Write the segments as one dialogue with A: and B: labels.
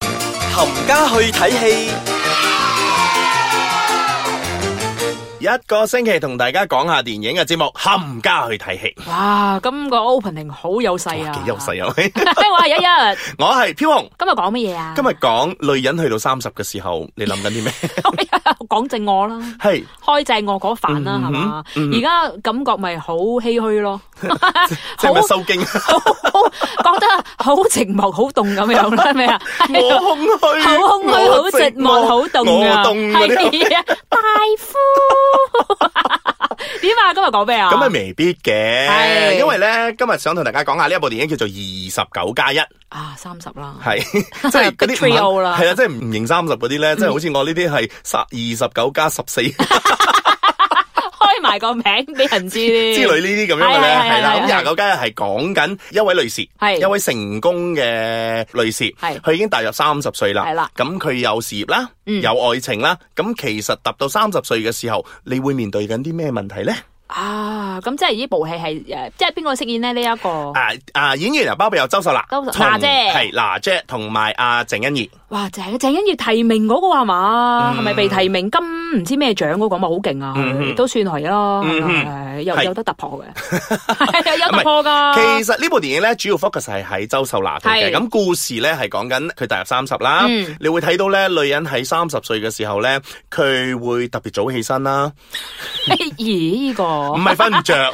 A: 冚家去睇戲。一個星期同大家講下電影嘅節目，冚家去睇戲，
B: 哇，今個 opening 好有勢啊！
A: 哇幾優 勢啊！
B: 哇！一日
A: 我係飄紅，
B: 今日講乜嘢啊？
A: 今日講女人去到三十嘅時候，你諗緊啲咩？
B: 講正我啦，
A: 係
B: 開正我嗰飯啦，
A: 嗯
B: 係
A: 哼
B: 嘛？
A: 嗯
B: 而家感覺咪好唏噓咯，
A: 即係咪
B: 好
A: 收 經？
B: 好好覺得好寂寞、好 凍咁樣啦，係咪啊？
A: 我空虛，
B: 好空虛、
A: 我
B: 好寂寞、好凍啊！
A: 我凍嗰啲。
B: 係啊，大夫點啊？今日講咩啊？
A: 咁啊，未必嘅，
B: 係
A: 因為咧今日想同大家講下呢一部電影叫做《二十九加一》，
B: 啊，三十啦，
A: 係即係嗰
B: Big
A: 啲
B: trio
A: 唔
B: 啦
A: 係啊，即係唔認三十嗰啲咧，即係好似我呢啲係十二十九加十四之
B: 開埋個名俾人 知之
A: 類呢啲咁樣嘅咧，
B: 嗯係啊係
A: 係啦。
B: 係
A: 咁
B: 係
A: 廿九加一係講緊一位女士，
B: 係
A: 一位成功嘅女士，
B: 係
A: 佢已經踏入三十歲啦，
B: 係啦。
A: 咁佢有事業啦，
B: 嗯
A: 有愛情啦，咁其實踏到三十歲嘅時候，你會面對緊啲咩問題咧？
B: 啊，咁即係呢部戲係誒，即係邊個飾演咧？呢、一個
A: 啊啊！演員啊，包括有周秀娜、
B: 哦周秀
A: 同
B: 娜姐
A: 係娜姐同埋阿鄭欣宜，
B: 哇，鄭鄭欣要提名嗰個係嘛？
A: 嗯
B: 係咪被提名金唔知咩獎嗰個咪好勁啊？
A: 嗯哼
B: 都算係啦，
A: 嗯哼
B: 係有
A: 係
B: 有得突破 嘅，有突破噶。
A: 啊其實呢部電影咧，主要 focus 係喺周秀娜度嘅。
B: 係
A: 咁故事咧係講緊佢踏入三十啦，
B: 嗯
A: 你會睇到咧女人喺三十歲嘅時候咧，佢會特別早起身啦，
B: 咦？呢個
A: 唔係瞓唔着，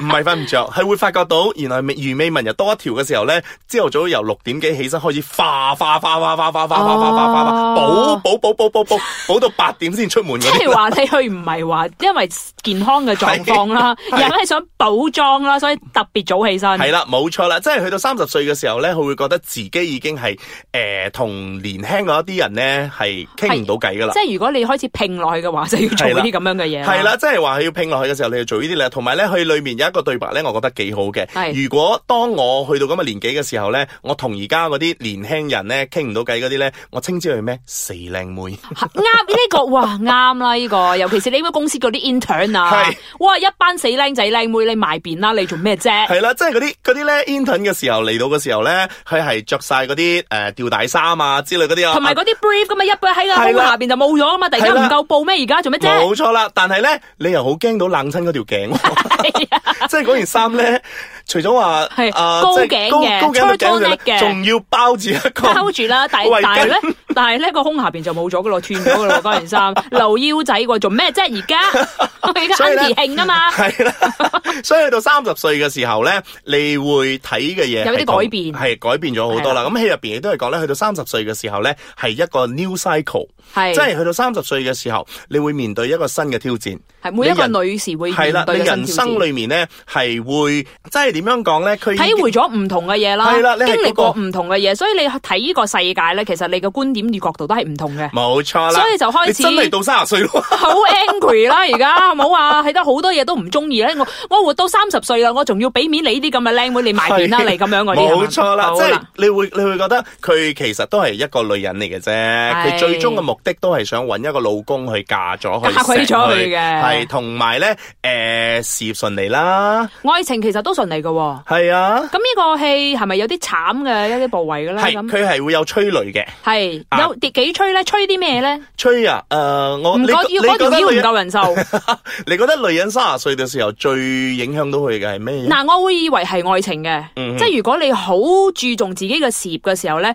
A: 唔係瞓唔着，係會發覺到原來魚尾紋又多一條嘅時候咧，朝頭早由六點幾起身開始化化化化化化化化化化化化，補
B: 哦
A: 補補補補補補到八點先出門
B: 即
A: 嗰啲
B: 係。話你去唔係話因為健康嘅狀 況啦，而係想補妝啦，所以特別早起身。
A: 系啦，冇錯啦，即係去到三十歲嘅時候咧，佢會覺得自己已經係诶同年輕嗰一啲人咧係傾唔到偈噶啦
B: 即。係如果你開始拼落去嘅話，就要做
A: 係啦
B: 呢啲咁樣嘅嘢啦。
A: 係啦，即係話佢要拼落去嘅時候，你要做呢啲咧。同埋咧，佢裏面有一個對白咧，我覺得幾好嘅。
B: 係
A: 如果當我去到咁嘅年紀嘅時候咧，我同而家嗰啲年輕人咧傾唔到偈嗰啲咧，我稱之為咩？死靚妹。
B: 啱呢、個哇啱啦呢個，尤其是你嗰個公司嗰啲 intern 啊
A: 係，
B: 哇一班死僆仔僆妹，你埋便啦，你做咩啫？
A: 係啦，即係嗰啲嗰啲咧 intern 嘅時候嚟到嘅時候咧，佢係着晒嗰啲诶吊帶衫啊之類嗰啲啊。
B: 同埋嗰啲 brief 咁啊，一杯喺個
A: 係
B: 胸
A: 啦
B: 下邊就冇咗啊嘛，突然
A: 係
B: 間
A: 啦
B: 唔夠報咩？而家做咩啫？
A: 冇錯啦，但係咧，你又好驚到冷親嗰條頸喎。
B: 係啊
A: 即係嗰件衫咧，除咗話
B: 係
A: 啊
B: 高
A: 即係
B: 頸
A: 高
B: 嘅
A: 高頸到
B: turtleneck
A: 頸
B: 嘅
A: 仲要包住一個
B: 包住啦，但
A: 圍巾
B: 係但係咧，但係咧個胸下邊就冇咗噶咯，斷咗噶咯嗰件衫，留腰仔喎，做咩啫？而家而家
A: 所以呢
B: Andy 慶啊 嘛，
A: 係啦，所以去到三十歲嘅時候咧，你會睇嘅嘢
B: 有啲
A: 係同
B: 改變
A: 係改變咗好多啦。咁戲入邊亦都係講咧，去到三十歲嘅時候咧，係一個 new cycle，
B: 係
A: 即係去到三十歲嘅時候，你會面對一個新嘅挑戰。
B: 係每一個
A: 你人
B: 女士會
A: 係啦
B: 面，
A: 你
B: 對嘅
A: 人
B: 新挑
A: 生
B: 戰。
A: 裏面咧係會，即係點樣講咧？佢已經
B: 體會咗唔同嘅嘢啦，
A: 係啦你係
B: 經歷
A: 嗰
B: 過
A: 個
B: 唔同嘅嘢，所以你睇呢個世界咧，其實你嘅觀點與角度都係唔同嘅。
A: 冇錯啦，
B: 所以就開始
A: 你真係到三十歲咯。
B: 好 angry 啦，而家冇話睇得好多嘢都唔中意咧。我我活到三十歲啦，我仲要俾面你呢啲咁嘅靚妹，你埋面啦
A: 係
B: 你咁樣嗰啲。係嘛
A: 冇錯啦，
B: 好
A: 即係你會你會覺得佢其實都係一個女人嚟嘅啫，佢最終嘅目的都係想揾一個老公去嫁咗佢，
B: 嫁鬼咗佢嘅
A: 係同埋咧誒事業順利啦，
B: 愛情其實都順利嘅喎。
A: 係啊，
B: 咁呢個戲係咪有啲慘嘅一啲部位嘅
A: 係
B: 咧？咁
A: 佢係會有催淚嘅，
B: 係
A: 啊
B: 有幾幾吹咧？吹啲咩咧？
A: 催啊誒我
B: 唔
A: 你
B: 覺
A: 覺
B: 要嗰
A: 你覺
B: 條
A: 得
B: 腰唔
A: 女人
B: 夠 人瘦
A: 你覺得女人三十歲嘅時候最影響到佢嘅係咩嘢？
B: 嗱，我會以為係愛情嘅，
A: 嗯哼
B: 即係如果你好注重自己嘅事業嘅時候咧。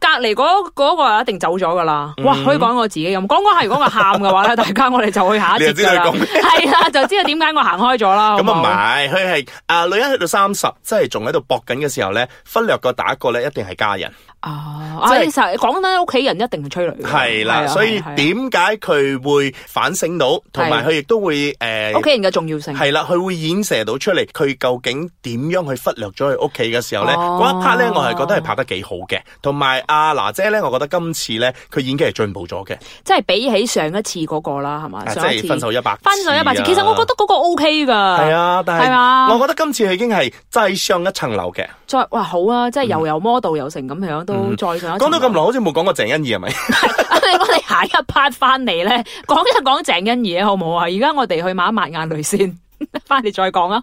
B: 隔離嗰嗰個一定走咗噶啦，
A: 嗯
B: 哇！可以講我自己咁，講講係如果我喊 嘅話咧，大家我哋就去下一
A: 你就
B: 節
A: 知
B: 噶啦
A: 道佢講，咩
B: 係啦，就知道點解我行開咗啦。
A: 咁啊唔
B: 好冇
A: 係，佢係啊女人去到三十，即係仲喺度搏緊嘅時候咧，忽略個打過咧，一定係家人。
B: 啊，
A: 即
B: 啊
A: 係
B: 你成日講緊屋企人一定係催淚嘅，
A: 係啦，
B: 啊
A: 所以
B: 係啊
A: 點解佢會反省到，同埋佢亦都會诶
B: 啊屋，企人嘅重要性
A: 係啦，佢會演射到出嚟，佢究竟點樣去忽略咗佢屋企嘅時候咧？
B: 哦
A: 嗰一 part 咧，我係覺得係拍得幾好嘅，同埋阿娜姐咧，我覺得今次咧佢演技係進步咗嘅，
B: 即係比起上一次嗰個啦，係嘛？
A: 啊即
B: 上一
A: 係
B: 次
A: 分手一百，
B: 分手一百次，其實我覺
A: 得
B: 得嗰個 O K 噶，
A: 係啊，
B: 係
A: 但
B: 嘛
A: 係我覺得今次佢已經係再上一層樓嘅。
B: 再哇好啊，即係又有 model 又成咁樣，都再上一層
A: 嗯講到咁耐，好似冇講過鄭欣宜係咪？
B: 樓，我哋下一 part 翻嚟咧，講一講鄭欣 宜啊，好唔好啊？而家我哋去抹一抹眼淚先，翻嚟再講啊。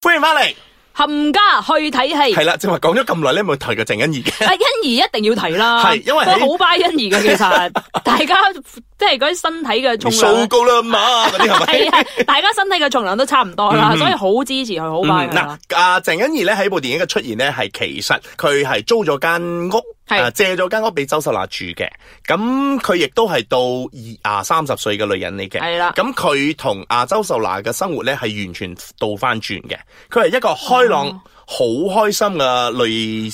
A: 歡迎翻嚟，
B: 冚家去睇戲。
A: 系啦，正话講咗咁耐咧，咪提個鄭欣宜嘅。
B: 啊，欣宜一定要提啦，
A: 係因為
B: 我
A: 喺
B: 好拜欣宜嘅，其 實大家即係嗰啲身體嘅重
A: 數
B: 量。
A: 高啦嘛，嗰啲係 咪？
B: 係啊，大家身體嘅重量都差唔多啦，所以好支持佢，好拜
A: 嗯
B: 佢
A: 嗱
B: 啦。，
A: 阿鄭欣宜咧喺部電影嘅出現咧，係其實佢係租咗間屋，
B: 係
A: 啊借咗間屋俾周秀娜住嘅。咁佢亦都係到二啊三十歲嘅女人嚟嘅。
B: 嗯係啦
A: 咁佢同阿周秀娜嘅生活咧係完全倒翻轉嘅。佢係一個開朗、好、開心嘅女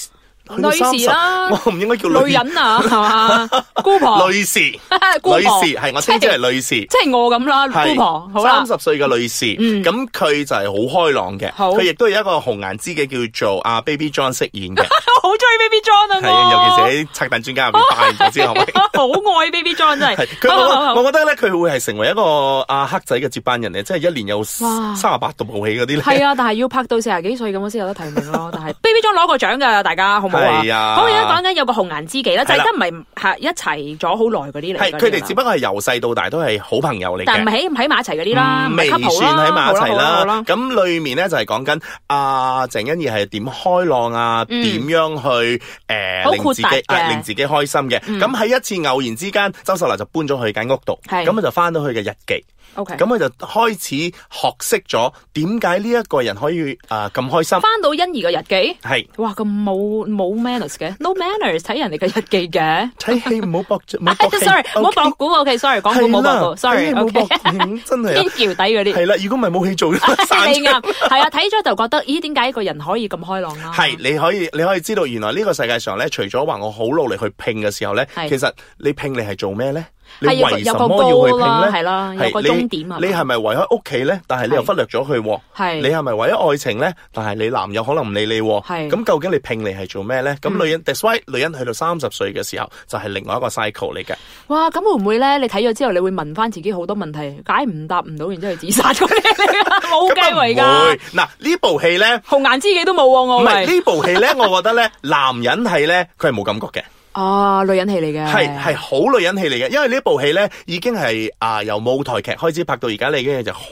B: 女士哦 啦
A: 我唔應該叫
B: 女人啊，係 嘛，姑婆，
A: 女士，女
B: 姑婆，
A: 士係我稱之為女士。
B: 即係我咁啦，姑婆，好啦
A: 三，十歲嘅女士，
B: 嗯
A: 咁佢就係好開朗嘅，
B: 好
A: 佢亦都有一個紅顏知己叫做阿 Baby John 飾演 嘅，
B: 我好中意 Baby John 啊，
A: 係啊，尤
B: 我
A: 其是喺拆彈專家入面扮咗 之後，係咪
B: 好愛 Baby John 真
A: 係
B: 係，
A: 佢
B: 好好
A: 我
B: 好
A: 我覺得咧，佢會係成為一個阿黑仔嘅接班人咧，即係一年有
B: 哇
A: 三十八度武器嗰啲咧，
B: 係啊，但係要拍到四十幾歲咁我先有得提名咯。但係 Baby John 攞過獎㗎，大家好唔好啊？
A: 係啊
B: 咁我而家講緊有個紅顏知己啦，
A: 係
B: 就係
A: 啦
B: 得唔係係一齊咗好耐嗰啲嚟㗎
A: 係
B: 啦。
A: 佢哋只不過係由細到大都係好朋友嚟
B: 但唔
A: 嘅。
B: 係喺唔喺埋一齊嗰啲啦，
A: 嗯
B: 唔係
A: 未
B: couple
A: 算喺埋一齊
B: 好
A: 啦
B: 啦。
A: 咁裏面咧就係講緊阿鄭欣宜係點開朗啊，點
B: 嗯
A: 樣去誒
B: 好
A: 令
B: 豁
A: 自
B: 達
A: 己啊
B: 嘅
A: 令自己開心嘅。
B: 嗯
A: 咁喺一次偶然之間，周秀娜就搬咗去間屋度，
B: 係
A: 咁佢就翻到佢嘅日記，
B: O K，
A: 咁佢就開始學識咗點解呢一個人可以啊咁開心，
B: 翻到欣宜嘅日記，
A: 係
B: 哇咁冇冇 manners 嘅，no manners 睇人哋嘅日記嘅。
A: 睇戲唔好搏 著，唔好
B: 啊
A: 搏氣
B: ，sorry，唔好
A: OK，
B: 博股，O K sorry，講股
A: 係
B: 冇
A: 啦哎
B: 博股，sorry
A: 睇戲
B: O
A: 唔好
B: K，
A: 搏嗯真係
B: 天
A: 啊
B: 橋底嗰啲。
A: 係啦，如果唔係冇戲做啦，散
B: 你
A: 出去
B: 啱，係啊，睇咗就覺得，咦，點解一個人可以咁開朗啊啦？
A: 係，你可以你可以知道，原來呢個世界上咧，除咗話我好努力去拼嘅時候咧，
B: 係
A: 其實你拼你係做咩咧？你
B: 係有個
A: 為什
B: 有
A: 麼
B: 個
A: 要去
B: 高
A: 拼
B: 啦，係
A: 咧？
B: 啦，有個
A: 你
B: 終點啊。
A: 你係咪為咗屋企咧？但係你又
B: 係
A: 忽略咗佢喎。
B: 係
A: 你係咪為咗愛情咧？但係你男友可能唔理你喎。
B: 係嗯
A: 咁究竟你拼你係做咩咧？咁女人，that's why 女人去到三十歲嘅時候，就係另外一個 cycle 嚟嘅。
B: 哇，咁會唔會咧？你睇咗之後，你會問翻自己好多問題，解唔答唔到，然之後自殺嗰啲嚟㗎 冇
A: 咁
B: 計
A: 啊
B: 為
A: 唔
B: 㗎
A: 會，嗱呢部戲咧，
B: 紅顏知己都冇喎，
A: 唔
B: 我
A: 係
B: 係
A: 呢部戲咧，我覺得咧，男人係咧，佢係冇感覺嘅。
B: 啊，女人戲嚟嘅，
A: 係係好女人戲嚟嘅，因為呢部戲咧已經係啊由舞台劇開始拍到而家，你已經就好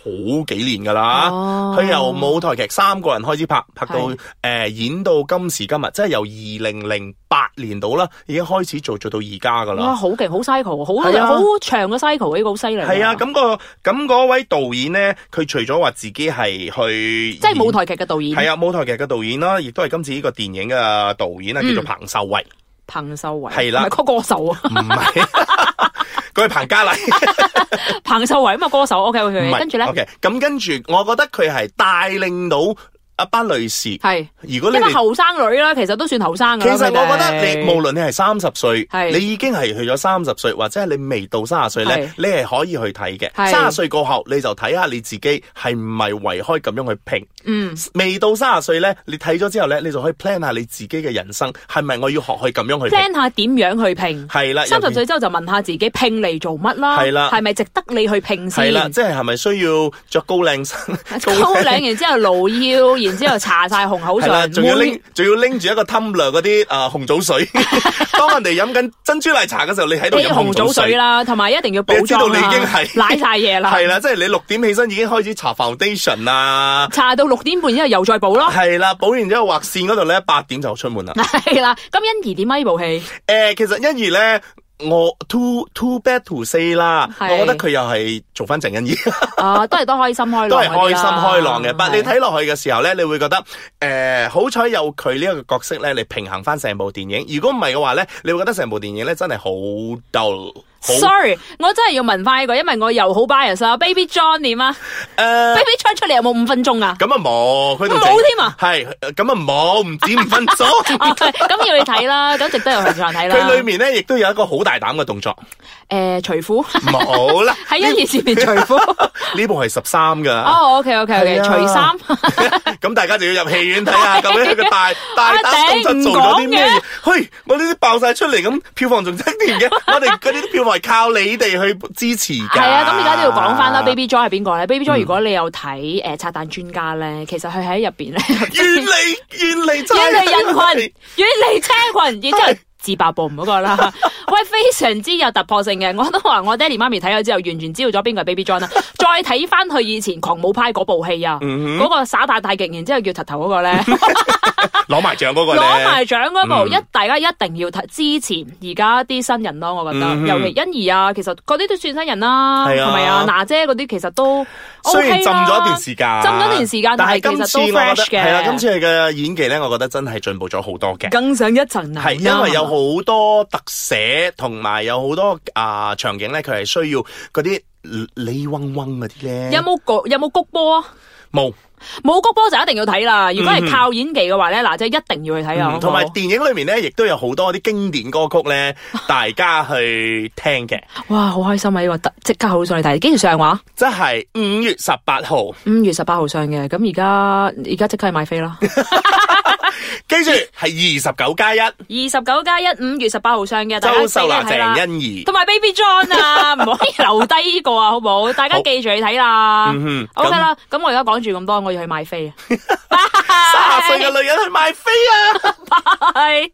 A: 幾年噶啦。
B: 哦
A: 佢、由舞台劇三個人開始拍，拍到
B: 係
A: 誒、呃演到今時今日，即係由二零零八年到啦，已經開始做做到而家噶
B: 哇，
A: 啦。
B: 好勁，好 cycle，
A: 係啊
B: 好好長嘅 cycle，呢個好犀利。
A: 係啊，咁、個咁嗰位導演咧，佢除咗話自己係去呃
B: 即係舞
A: 演。
B: 台劇嘅導演，
A: 係啊，舞台劇嘅導演啦，亦都係今次呢個電影嘅導演啊，叫做
B: 嗯
A: 彭秀慧，
B: 彭秀慧
A: 係啦
B: 唔係個歌手 啊，
A: 唔 係佢係彭嘉麗。
B: 彭秀慧啊嘛，歌手，OK
A: 唔
B: OK，
A: 係
B: 跟住咧
A: OK，咁跟住，我覺得佢係帶領到一班女士。
B: 係。
A: 如果你
B: 因為
A: 哋
B: 後生女啦，其實都算後生
A: 其
B: 噶啦。
A: 實我覺得
B: 佢哋
A: 你無論你係三十歲，
B: 係
A: 你已經係去咗三十歲，或者係你未到三十歲咧
B: 係，
A: 你係可以去睇嘅。
B: 係
A: 三十歲過後，你就睇下你自己係唔係圍開咁樣去拼。
B: 嗯，
A: 未到三十歲咧，你睇咗之後咧，你就可以 plan 下你自己嘅人生係咪我要學去咁樣去拼？
B: plan 下點樣去拼。
A: 係啦，
B: 三
A: 尤
B: 十
A: 其
B: 歲之後就問下自己拼嚟做乜啦，
A: 啊係啦
B: 係咪值得你去拼
A: 係
B: 先？
A: 啦，即係係咪需要着高領衫？
B: 高領，然之後露腰，然之後搽晒紅口嗯
A: 系啦，
B: 唇，
A: 仲要
B: 每
A: 拎仲要拎住一個 tumbler 嗰啲诶紅棗水，當人哋飲緊珍珠奶茶嘅時候，你喺度飲
B: 啲紅
A: 紅
B: 棗
A: 棗
B: 水
A: 水。
B: 啦，同埋一定要補
A: 你知道
B: 妝
A: 你已經
B: 啦，
A: 係
B: 舐晒嘢啦，
A: 係啦，即係你六點起身已經開始搽 foundation 啦，
B: 搽到六點半之後又再補咯，
A: 係啦，補完之後畫線嗰度咧，八點就出門啦。
B: 係啦。咁欣宜點啊？呢部戲
A: 诶、其實欣宜咧。我 too too bad to say 啦，
B: 係
A: 我覺得佢又係做翻鄭欣宜，
B: 啊，都係都開心開朗
A: 都
B: 嗰
A: 係
B: 啲啦，
A: 開心開朗嘅。但你
B: 係
A: 睇落去嘅時候咧，你會覺得诶、誒好彩有佢呢一個角色咧，你平衡翻成部電影。如果唔係嘅話咧，你會覺得成部電影咧真係好 dull，好
B: Sorry，我真係要問翻呢個，因為我又好 bias 啦。Baby John 點啊
A: 诶
B: ？Baby John 出嚟有冇五分鐘啊？
A: 呃咁啊冇，佢同
B: 冇添啊
A: 系咁啊冇，唔止五分 鐘。
B: 啊咁要你睇啦，咁值得有去場睇啦。
A: 佢裏面咧亦都有一個好大膽嘅動作，
B: 誒除褲
A: 冇啦，
B: 喺欣宜前面除褲。
A: 呢部係十三噶，
B: 啊 哦，OK OK OK，
A: 係啊
B: 除衫。
A: 咁大家就要入戲院睇下，究竟佢個 大大膽動作做咗啲咩
B: 啊啊頂唔
A: 嘢？嘿，我呢啲爆晒出嚟，咁票房仲爭啲嘅， 我哋嗰啲票房係靠你哋去支持㗎。
B: 係啊，咁而家都要講翻 啦。Baby Joy 係邊個咧？Baby Joy 如果你有睇誒拆彈專家咧，其實佢喺入 邊咧，
A: 遠離遠離真
B: 遠離
A: 係
B: 人群，遠離車群，然之後。自爆部唔嗰個 啦， 喂，非常之有突破性嘅，我都話我爹哋媽咪睇咗之後，完全知道咗邊個係 Baby John 啦。再再睇翻佢以前狂舞派嗰部戲啊，
A: 嗯
B: 嗰個耍大太極，然之後要柒頭嗰個咧。
A: 哼，攞埋獎嗰個咧，
B: 攞埋獎嗰部，
A: 嗯
B: 一大家一定要睇支持而家啲新人咯，我覺得
A: 嗯，
B: 尤其欣宜啊，其實嗰啲都算新人啦，
A: 係啊
B: 係咪啊？娜姐嗰啲其實都 O
A: 雖然
B: K
A: 浸咗一段時間，
B: 哦啊浸咗一段時間
A: 但係
B: 但係
A: 今
B: 其
A: 次
B: 實都
A: 我覺得
B: fresh 嘅
A: 係啦，今次佢嘅演技咧，我覺得真係進步咗好多嘅。
B: 更上一層樓啦。
A: 係因為有好多特寫，同埋有好多啊、場景咧，佢係需要嗰啲李嗡嗡嗰啲咧。
B: 有冇谷有冇谷波啊？
A: 冇？
B: 冇谷波就一定要睇啦。如果
A: 嗯
B: 係靠演技嘅話咧，娜姐一定要去睇啊。
A: 嗯同埋電影裏面咧，亦都有好多啲經典歌曲 咧，大家去聽嘅。
B: 哇，好開心啊！呢個特即刻好想去睇，幾時上話？
A: 即係五月十八號，
B: 五月十八號上嘅，咁而家而家即刻去 買飛啦。
A: 記住係
B: 嗯
A: 二十九加一，
B: 二十九加一，五月十八號上嘅，大家
A: 周
B: 記得
A: 秀娜、
B: 睇啦。
A: 鄭欣宜。
B: 同埋 Baby John 啊，唔可以留低呢個啊，好唔好？大家
A: 好
B: 記住去睇啦。
A: 嗯哼
B: OK 啦，咁我而家講住 咁多，我要去買飛啊。
A: 三十歲嘅女人去買飛啊！
B: 拜。